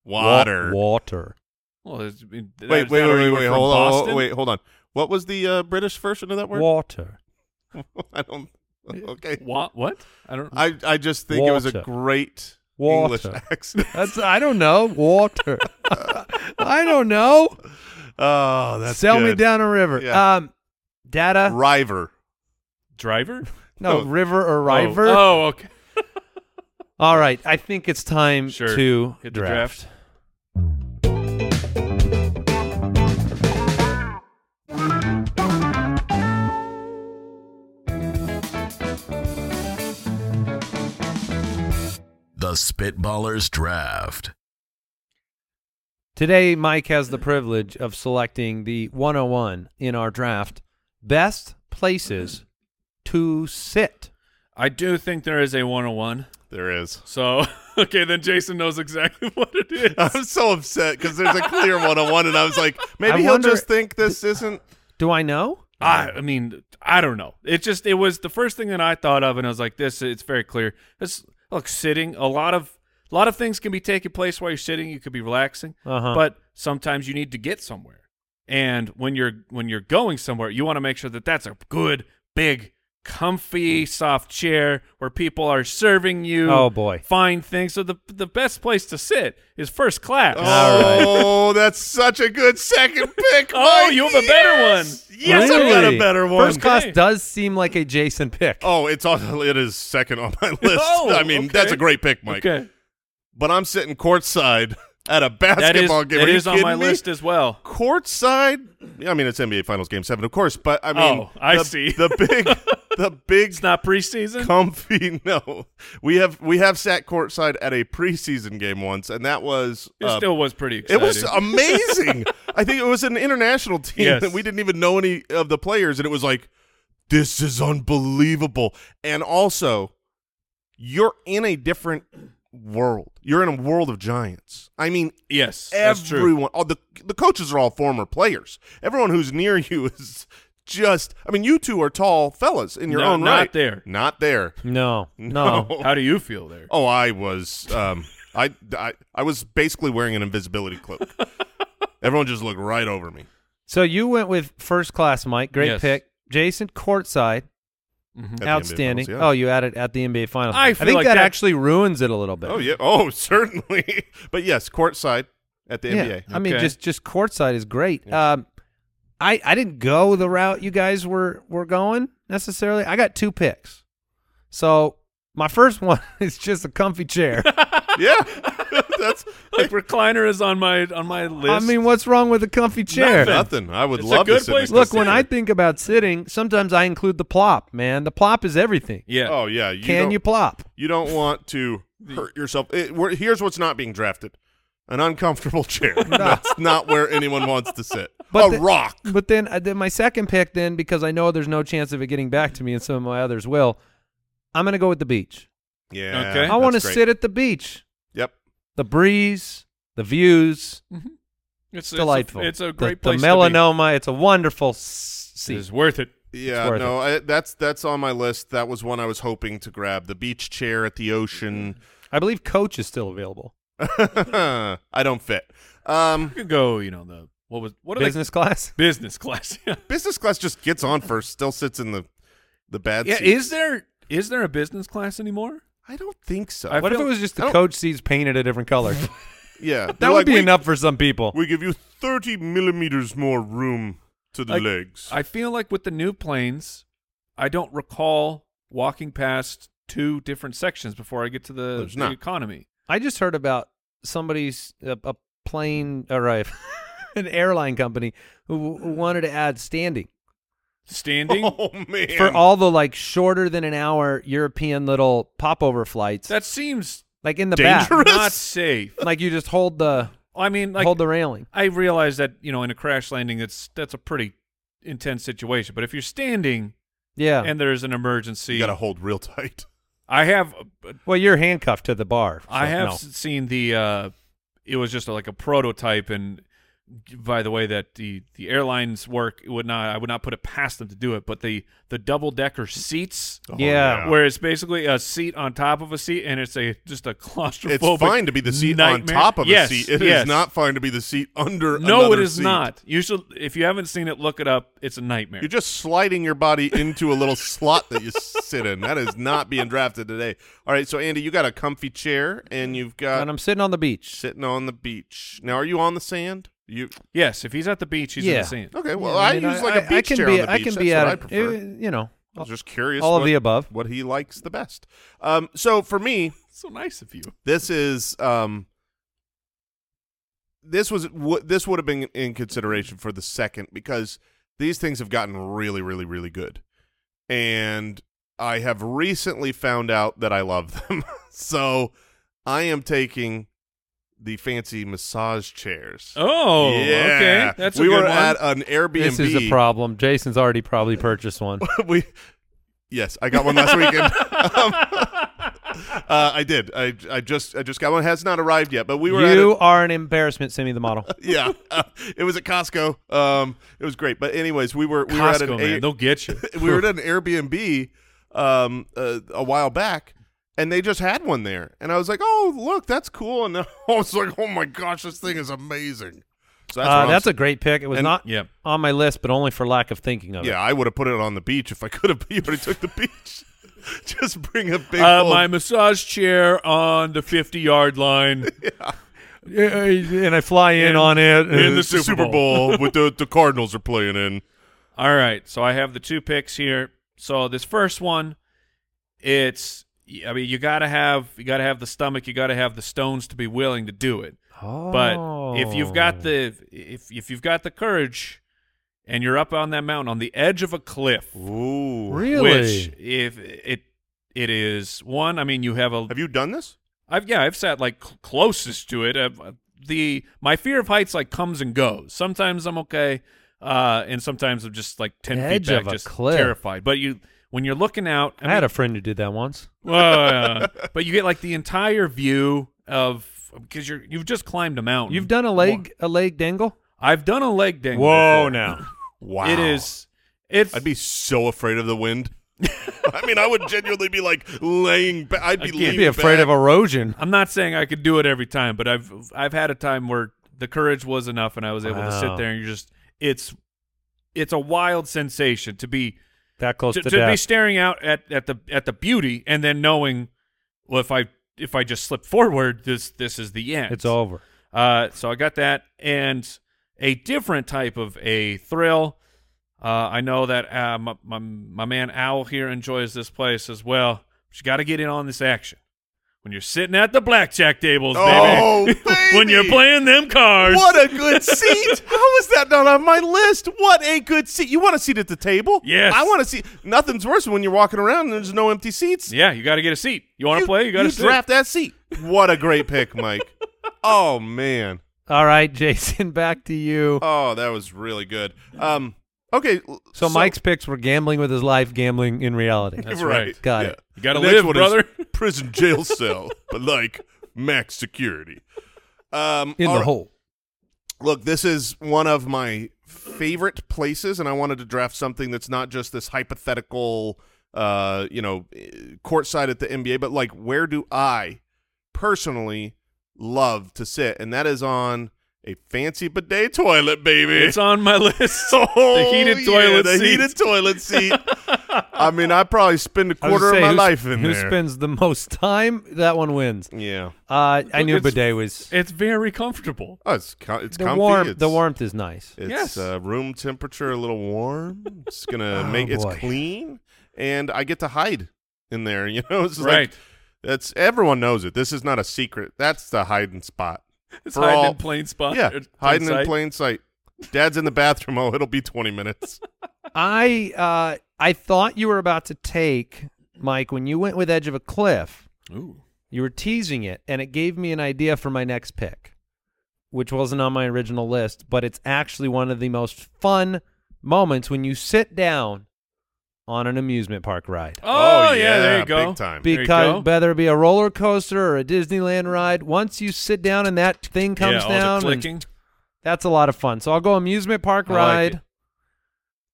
Water.
Wa- water.
Well, it's, I mean, that
wait,
is
wait,
not a-
wait,
we're
wait,
from
hold on,
Boston?
wait, hold on. What was the uh, British version of that word?
Water.
[LAUGHS] I don't. Okay.
Wha- what? I don't.
I I just think it was a
Water.
great
Water.
English [LAUGHS] accent.
That's I don't know. Water. [LAUGHS] I don't know.
Oh, that's
Sell me
good.
down a river.
Yeah.
Um data.
River.
driver.
no,
no.
river or river.
Oh, oh, okay.
All right. I think it's time
Sure.
to
Hit the
draft.
draft.
The Spitballers Draft.
Today Mike has the privilege of selecting the 101 in our draft. Best places to sit.
I do think there is a 101.
There is.
So, [LAUGHS] okay, then Jason knows exactly [LAUGHS] what it is.
I'm so upset because there's a clear one on one, and I was like,
[LAUGHS]
maybe
I
he'll
wonder-
just think
[LAUGHS]
this isn't.
Do I know?
I, I mean, I don't know. It just it was the first thing that I thought of, and I was like, this. It's very clear. This look sitting. A lot of a lot of things can be taking place while you're sitting. You could be relaxing,
Uh-huh.
but sometimes you need to get somewhere. And when you're when you're going somewhere, you want to make sure that that's a good, big,
Hmm.
comfy, soft chair where people are serving you.
Oh, boy.
fine things. So the the best place to sit is first class.
Oh, that's such a good second pick.
[LAUGHS] Oh,
Mike.
you have a better
Yes!
one.
Yes, I've got a
Really?
better one.
First class
Okay.
does seem like a Jason pick.
Oh, it's on, it is second on my [LAUGHS] list.
Oh,
I mean,
okay.
that's a great pick, Mike.
okay.
But I'm sitting courtside at a
That is
basketball game.
that
Are you
is on
kidding
my
me?
list as well.
Courtside. I mean, it's NBA Finals Game Seven, of course, but I mean,
Oh, I
the,
see.
the big, the
[LAUGHS]
big
It's not preseason.
[LAUGHS] comfy. No, we have we have sat courtside at a preseason game once, and that was
it
uh,
still was pretty exciting.
it
[LAUGHS]
was amazing. I think it was an international team
Yes.
that we didn't even know any of the players, and it was like, this is unbelievable. And also, you're in a different world. You're in a world of giants. I mean,
yes, that's true.
everyone. All the the coaches are all former players. Everyone who's near [LAUGHS] you is just. I mean, you two are tall fellas in your
No,
own
not
right.
there.
[LAUGHS] Not there.
No, no.
How do you feel there?
Oh, I was. Um, I, I I was basically wearing an invisibility cloak. Everyone just looked right over me.
So you went with first class, Mike. Great
Yes.
pick. Jason courtside,
at the NBA
outstanding.
Finals,
Oh, you had it at the NBA Finals.
I feel
think
like
that,
that-
actually ruins it a little bit.
yeah. Oh yeah. Oh [LAUGHS] certainly. but yes, courtside at the
Yeah.
NBA.
I mean,
Okay.
just just courtside is great. Um, I I didn't go the route you guys were were going necessarily. I got two picks. So my first [LAUGHS] one is just a comfy chair.
[LAUGHS] yeah. [LAUGHS] That's
[LAUGHS] Like recliner is on my on my list.
I mean, what's wrong with a comfy chair?
nothing. I would
It's a
love
good
to sit in a
place to
Look,
sit.
courtside.
when I think about sitting, sometimes I include the plop. Man, the plop is everything.
yeah.
Oh yeah. You
Can
don't-
you plop?
You don't want to hurt yourself. It, we're, here's what's not being drafted: an uncomfortable [LAUGHS] chair. That's not where anyone wants to sit.
But
a
the-
rock.
But then, uh, then my second pick, then because I know there's no chance of it getting back to me, and some of my others will, I'm gonna go with the beach.
Yeah.
Okay.
I want to
that's great.
sit at the beach,
Yep.
the breeze, the views,
it's
it's delightful.
It's a, it's a
The-
great
the,
place. To
melanoma. It's a wonderful s-
be.
sea.
It's worth it.
Yeah,
worth
no, I, that's that's on my list. That was one I was hoping to grab. The beach chair at the ocean. [LAUGHS]
I believe Coach is still available.
I don't fit. Um,
[LAUGHS]
You could go. You know the what was what are
Business class.
they business class? [LAUGHS] yeah.
business class just gets on first. Still sits in the the bad
Yeah.
seat.
Is there is there a business class anymore?
I don't think so.
I
What if
feel-
it was just
I
the
don't-
coach seats painted a different
[LAUGHS]
color? that
yeah,
would
They're like,
be
we,
enough for some people.
We give you thirty millimeters more room to the
Like,
legs.
I feel like with the new planes, I don't recall walking past two different sections before I get to the,
There's
the
not.
economy.
I just heard about somebody's a, a plane or a, [LAUGHS] an airline company who, who wanted to add standing.
Standing.
[LAUGHS] oh man,
for all the like shorter than an hour European little popover flights,
That seems
like in the
dangerous.
not safe.
back, [LAUGHS] like you just hold the
I mean, like
hold the railing.
I realize that you know in a crash landing, it's that's a pretty intense situation. But if you're standing
Yeah.
and there's an emergency,
you got to hold real tight.
I have
well, you're handcuffed to the bar. so
I have
no.
s- seen the. Uh, it was just like a prototype, and by the way, that the the airlines work it would not. I would not put it past them to do it, but the the double decker seats.
Oh,
Yeah.
Where it's basically a seat on top of a seat, and it's a just a claustrophobic.
It's fine to be the seat on
nightmare.
top of
Yes,
a seat. It is
yes.
not fine to be the seat under.
No, it
another
is
seat.
not. You should, if you haven't seen it, look it up. It's a nightmare.
You're just sliding your body into a little slot that you sit in. That is not being drafted today. All right, so Andy, you got a comfy chair and you've got
and I'm sitting on the beach.
sitting on the beach. Now, are you on the sand? You
yes, if he's at the beach, he's in
Yeah.
the sand.
okay? Well,
Yeah,
I,
mean,
use like a beach
I can
chair
be,
on the beach.
I can
That's
be
what
at
I
it,
prefer.
eh, you know,
I was just curious.
all of
what-
the above.
What he likes the best. Um, so for me,
So nice of you.
this is um this was w- this would have been in consideration for the second because these things have gotten really really really good and i have recently found out that i love them [LAUGHS] so i am taking the fancy massage chairs
Oh,
Yeah.
okay. That's a
we
good
were
one.
at an airbnb
This is a problem. Jason's already probably purchased
[LAUGHS]
one.
we yes i got one last weekend Um, uh, i did I, I just i just got one It has not arrived yet but we were at a-
you are an embarrassment. Send me the model.
yeah, uh, it was at Costco. Um, it was great. But anyways, we were we were at
Costco,
an
man,
Air-
they'll get
[LAUGHS]
you. Uh,
we were at an Airbnb um uh, a while back, and they just had one there, and I was like, oh look, that's cool, and [LAUGHS] then I was like, oh my gosh, this thing is amazing. So that's, what
uh,
I'm
that's a
saying.
great pick. It was
And-
not
yeah.
on my list, but only for lack of thinking of it.
yeah. I would have put it on the beach [LAUGHS] if I could have. You already took the beach. [LAUGHS] just bring a big.
Uh,
old-
my massage chair on the 50 yard
[LAUGHS]
line.
Yeah, and I fly in,
In-
on
in
it.
the
Uh, It's
Super
[LAUGHS] Bowl with the the Cardinals are playing in.
All right. So I have the two picks here. So this first one, it's I mean, you gotta have you gotta have the stomach, you gotta have the stones to be willing to do it.
Oh.
But if you've got the if if you've got the courage, and you're up on that mountain on the edge of a cliff,
Ooh.
really,
which if it it is one, I mean, you have a
Have you done this?
I've yeah, I've sat like cl- closest to it. I've, uh, the my fear of heights like comes and goes. Sometimes I'm okay, uh, and sometimes I'm just like ten
Edge
feet back,
of a
just
cliff.
terrified. But you when you're looking out,
I, had a friend who did that once.
[LAUGHS] uh, but you get like the entire view of because you're you've just climbed a mountain.
You've done a leg a leg dangle.
I've done a leg ding. before.
now.
Wow.
It is. It's.
I'd be so afraid of the [LAUGHS] wind. I mean, I would genuinely be like laying back. I'd be,
Again.
laying
You'd be afraid
back.
of erosion.
I'm not saying I could do it every time, but I've I've had a time where the courage was enough, and I was able to
Wow.
sit there and you just it's it's a wild sensation to be
That close
to,
to,
to be
death.
staring out at, at the at the beauty and then knowing well if I if I just slip forward this this is the end.
it's over.
Uh, so I got that and a different type of a thrill. Uh, I know that uh, my, my my man Owl here enjoys this place as well. But you got to get in on this action when you're sitting at the blackjack tables,
Oh,
baby. [LAUGHS] when
baby!
you're playing them cards,
[LAUGHS] What a good seat! [LAUGHS] How is that not on my list? What a good seat! You want a seat at the table?
Yes.
I want to see. Nothing's worse than when you're walking around and there's no empty seats.
yeah, you got to get a seat. You want to play? You got to sit.
draft that seat. [LAUGHS] What a great pick, [LAUGHS] Mike. oh man.
All right, [LAUGHS] Jason, back to you.
Oh, that was really good. Um. Okay. l-
So, Mike's picks were gambling with his life, gambling in reality.
That's right.
Got it.
You gotta
The next
live,
one is
brother. [LAUGHS]
prison jail cell, but like max security. Um,
In
all
the
right.
hole.
Look, this is one of my favorite places, and I wanted to draft something that's not just this hypothetical, uh, you know, eh, courtside at the NBA, but like, where do I personally love to sit? And that is on a fancy bidet toilet, baby.
It's on my
[LAUGHS]
list.
Oh,
the heated
yeah,
toilet
the
seat.
heated toilet seat. [LAUGHS] I mean, I probably spend a
I was gonna
quarter of
say,
my
who-
life in
who
there.
spends the most time, that one wins.
yeah.
Uh, I
Look,
knew
it's-
bidet was
It's very comfortable.
Oh, it's com- it's
the
comfy.
warmth.
It's,
The warmth is nice.
It's
Yes.
uh, room temperature, a little warm. It's gonna
Oh,
make it's
boy.
clean, and I get to hide in there. You know, [LAUGHS] it's just
Right.
Like, that's everyone knows it. This is not a secret. That's the hiding spot.
It's
For
hiding
all-
in plain spot.
yeah,
or plain
hiding in
sight.
plain sight. Dad's in the bathroom. [LAUGHS] Oh, it'll be twenty minutes.
I uh, I thought you were about to take Mike when you went with edge of a cliff.
Ooh.
You were teasing it, and it gave me an idea for my next pick, which wasn't on my original list, but it's actually one of the most fun moments when you sit down on an amusement park ride.
Oh, yeah, there you go.
Big time.
There you go.
Because whether it be a roller coaster or a Disneyland ride, once you sit down and that thing
yeah,
comes
all
down,
the
and-
clicking.
That's a lot of fun. So I'll go amusement park
I like
ride.
it.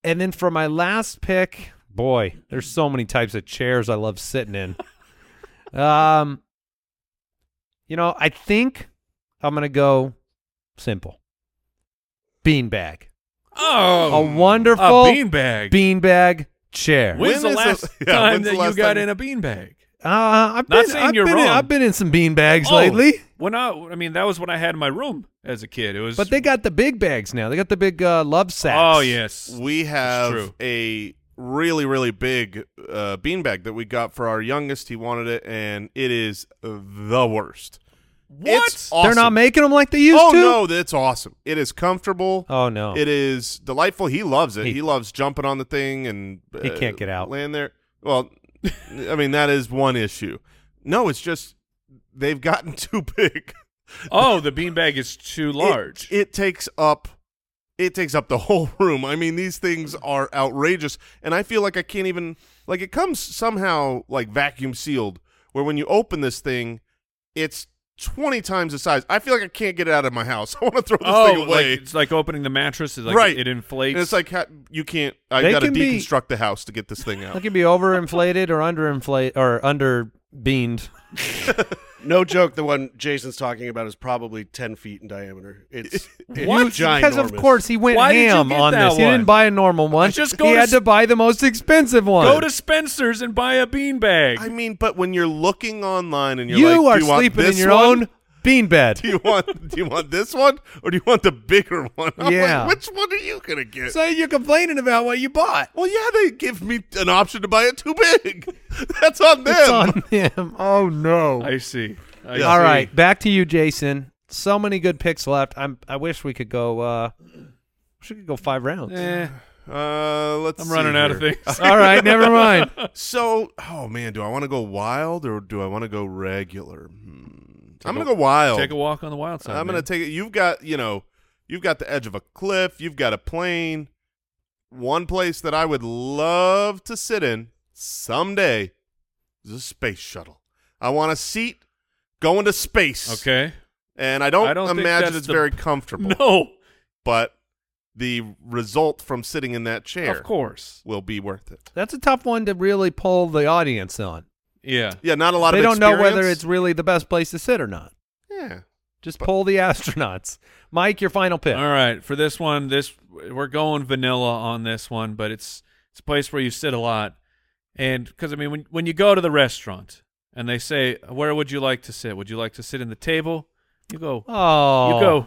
and then for my last pick, boy, there's so many types of chairs I love sitting
[LAUGHS]
in. um you know, I think I'm going to go simple. Beanbag.
Oh,
a wonderful
a beanbag.
beanbag chair.
When
when's the
is the-
last
[LAUGHS] yeah,
time
when's
that
the last
you got
time-
in a beanbag?
Uh, I've been,
Not saying
I've
you're
been In,
wrong.
I've been in some beanbags
Oh,
lately,
When I, I mean, that was when I had my room as a kid. It was.
but they got the big bags now. They got the big uh, love sacks.
Oh yes.
We
true.
have a really, really big uh, beanbag that we got for our youngest. He wanted it, and it is the worst.
What?
It's awesome.
They're not making them like they used
oh
to.
no, that's awesome. It is comfortable.
Oh no.
It is delightful. He loves it.
He-
He, loves jumping on the thing and uh,
He can't get out.
Land there. Well, [LAUGHS] I mean that is one issue. No, it's just they've gotten [LAUGHS] too big.
oh, the beanbag is too large.
It, it takes up it takes up the [LAUGHS] whole room. I mean, these things are outrageous, and I feel like I can't even like it comes somehow like vacuum sealed, where when you open this thing, it's twenty times the size. I feel like I can't get it out of my house. [LAUGHS] I want to throw this
oh,
thing away.
like it's like opening the mattress. It's like
Right.
It inflates.
and it's like ha- you can't. I
They
got to
can be-
deconstruct the house to get this thing
It
out.
can be overinflated or underinflate or under beaned.
No joke, the one Jason's talking about is probably 10 feet in diameter.
[LAUGHS]
It's, it's
[LAUGHS] What?
ginormous.
Because of course he went
Why did you
ham
get
on
that
this. He
one?
didn't buy a normal one.
Just go
he
to
had
s-
to buy the most expensive one.
Go to Spencer's and buy a beanbag.
I mean, but when you're looking online and you're
you
like,
are
"Do you want
sleeping in
this
your
one?"
own
[LAUGHS]
beanbed.
Do you want do you want this one or do you want the bigger one? I'm like,
Yeah.
which one are you gonna get?
So you're complaining about what you bought.
well, yeah, they give me an option to buy it too big. [LAUGHS] That's on them.
It's on him. [LAUGHS] Oh no.
I see. I
Yeah.
see.
All right, back to you, Jason. So many good picks left. I'm. I wish we could go. uh Wish we could go five rounds.
Eh,
Uh, let's.
I'm
see
running out of
here.
things.
All right, never mind. [LAUGHS]
So, oh man, do I want to go wild or do I want to go regular? Hmm. I'm gonna go wild.
[LAUGHS] Take a walk on the wild side.
I'm gonna
man.
take it. You've got you know, you've got the edge of a cliff. You've got a plane. One place that I would love to sit in someday is a space shuttle. I want a seat going to space.
Okay.
and I don't,
I don't think
imagine
that's
it's
the- [LAUGHS]
very comfortable.
No,
but the result from sitting in that chair
of course.
will be worth it.
That's a tough one to really pull the audience on.
Yeah.
Yeah, not a lot
They
of.
don't know whether
experience.
it's really the best place to sit or not.
yeah.
Just pull the [LAUGHS] astronauts. Mike, your final pick.
All right, for this one, this we're going vanilla on this one, but it's it's a place where you sit a lot, and because I mean, when when you go to the restaurant and they say, "Where would you like to sit? Would you like to sit in the table?" You go,
Oh,
you go,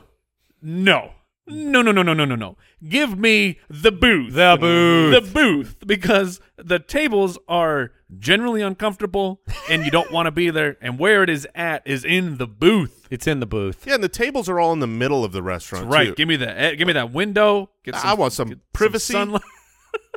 no, no, no, no, no, no, no, no. Give me the booth, the
booth.
the booth, because the tables are generally uncomfortable, and you don't want to be there. And where it is at is in the booth.
It's in the booth.
Yeah, and the tables are all in the middle of the restaurant.
Right.
too.
Give me that. eh, Give me that window. Get
I want some
get
privacy.
sunlight,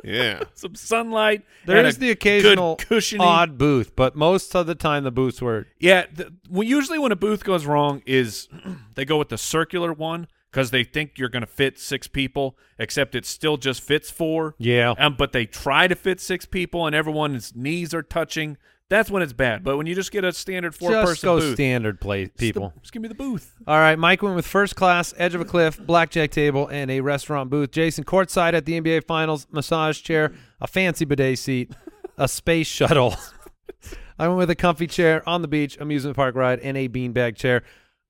yeah.
[LAUGHS] some sunlight.
There
and
is
a
the occasional
good cushiony.
odd booth, but most of the time the booths were.
Yeah. The, well, usually when a booth goes wrong is [CLEARS THROAT] they go with the circular one because they think you're going to fit six people, except it still just fits four.
Yeah.
Um, but they try to fit six people, and everyone's knees are touching. That's when it's bad. But when you just get a standard four-person
Just go
booth,
standard place
just the-
people.
just give me the booth.
All right, Mike went with first class, edge of a cliff, blackjack table, and a restaurant booth. Jason courtside at the NBA Finals, massage chair, a fancy bidet seat, a space shuttle. [LAUGHS] I went with a comfy chair on the beach, amusement park ride, and a beanbag chair.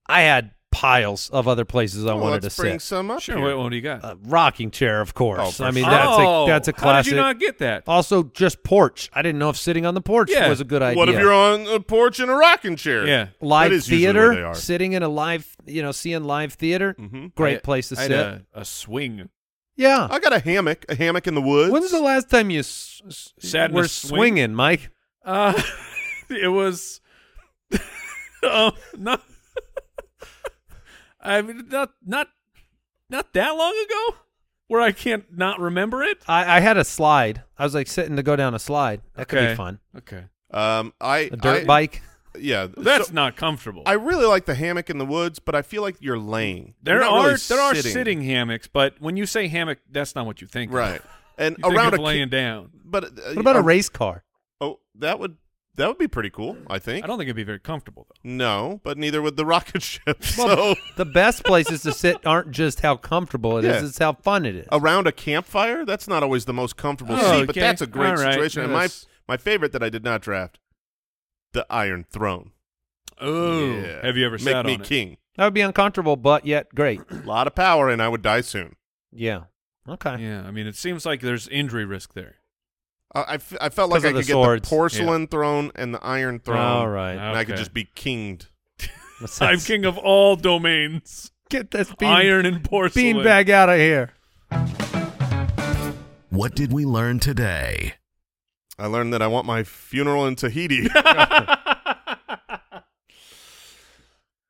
I had piles of other places [LAUGHS] I
Well,
wanted to
let's bring
sit.
some up
Sure.
here.
Wait, what do you got?
a rocking chair, of
Oh,
course.
for
I mean,
sure.
that's
oh,
a that's a
How
classic.
did you not get that?
also, just porch. I didn't know if sitting on the porch
Yeah.
was a good idea.
What if you're on a porch in a rocking
Oh,
chair?
Yeah.
live
That is usually where they
theater,
are.
sitting in a live, you know, seeing live theater,
Mhm.
great
I-
place to
I had
sit.
a, a swing.
yeah.
I got a hammock, a hammock in the woods.
When's the last time you s- s-
Sat in
were
a swing?
swinging, Mike?
Uh, [LAUGHS] it was. [LAUGHS] um, not. [LAUGHS] I mean, not not not that long ago, where I can't not remember it.
I, I had a slide. I was like sitting to go down a slide. That could be
Okay.
fun.
Okay,
um, I
A dirt
I-
bike.
Yeah,
that's
so
not comfortable.
I really like the hammock in the woods, but I feel like you're laying.
there
You're not
are
really
there are
sitting,
sitting hammocks, but when you say hammock, that's not what you think. of.
right,
[LAUGHS]
and
You think
around
of
a
laying
ca-
down.
But uh,
What about a
uh,
race car?
Oh, that would that would be pretty cool. I think.
I don't think it'd be very comfortable though.
no, but neither would the [LAUGHS] rocket ship.
Well,
So
[LAUGHS] the best places to sit aren't just how comfortable it is;
Yeah.
it's how fun it is.
around a campfire, that's not always the most comfortable
Oh,
seat, but
okay.
that's a great
All right.
situation. And
Yes.
my my favorite that I did not draft, the Iron Throne.
Oh,
Yeah.
have you ever
Make
sat
me
on it?
king?
That would be uncomfortable, but yet great.
A lot of power, and I would die soon.
Yeah. Okay.
Yeah, I mean, it seems like there's injury risk there.
Uh, I, I f- I felt like
'Cause
I
of
could
the
get
swords.
the porcelain throne and the iron throne,
All right.
and I could
Okay.
just be kinged.
That's-
I'm king of all domains.
Get this bean,
Iron and porcelain.
bean bag out of here.
What did we learn today?
I learned that I want my funeral
[LAUGHS]
in Tahiti.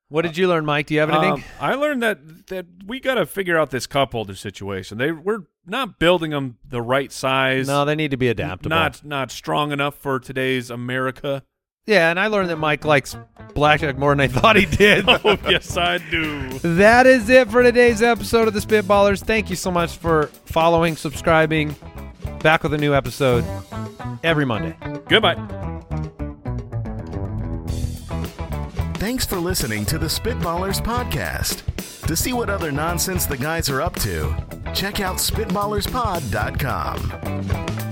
What did you learn, Mike? Do you have anything?
Um, I learned that that we got to figure out this cup holder situation. They we're not building them the right size.
no, they need to be
n-
adaptable.
Not not strong enough for today's
[LAUGHS]
America.
Yeah, and I learned that Mike likes blackjack more than
[LAUGHS]
I thought he did.
oh yes, I do.
that is it for today's episode of the Spitballers. Thank you so much for following, subscribing. Back with a new episode every Monday.
Goodbye.
Thanks for listening to the Spitballers Podcast. To see what other nonsense the guys are up to, check out SpitballersPod.com.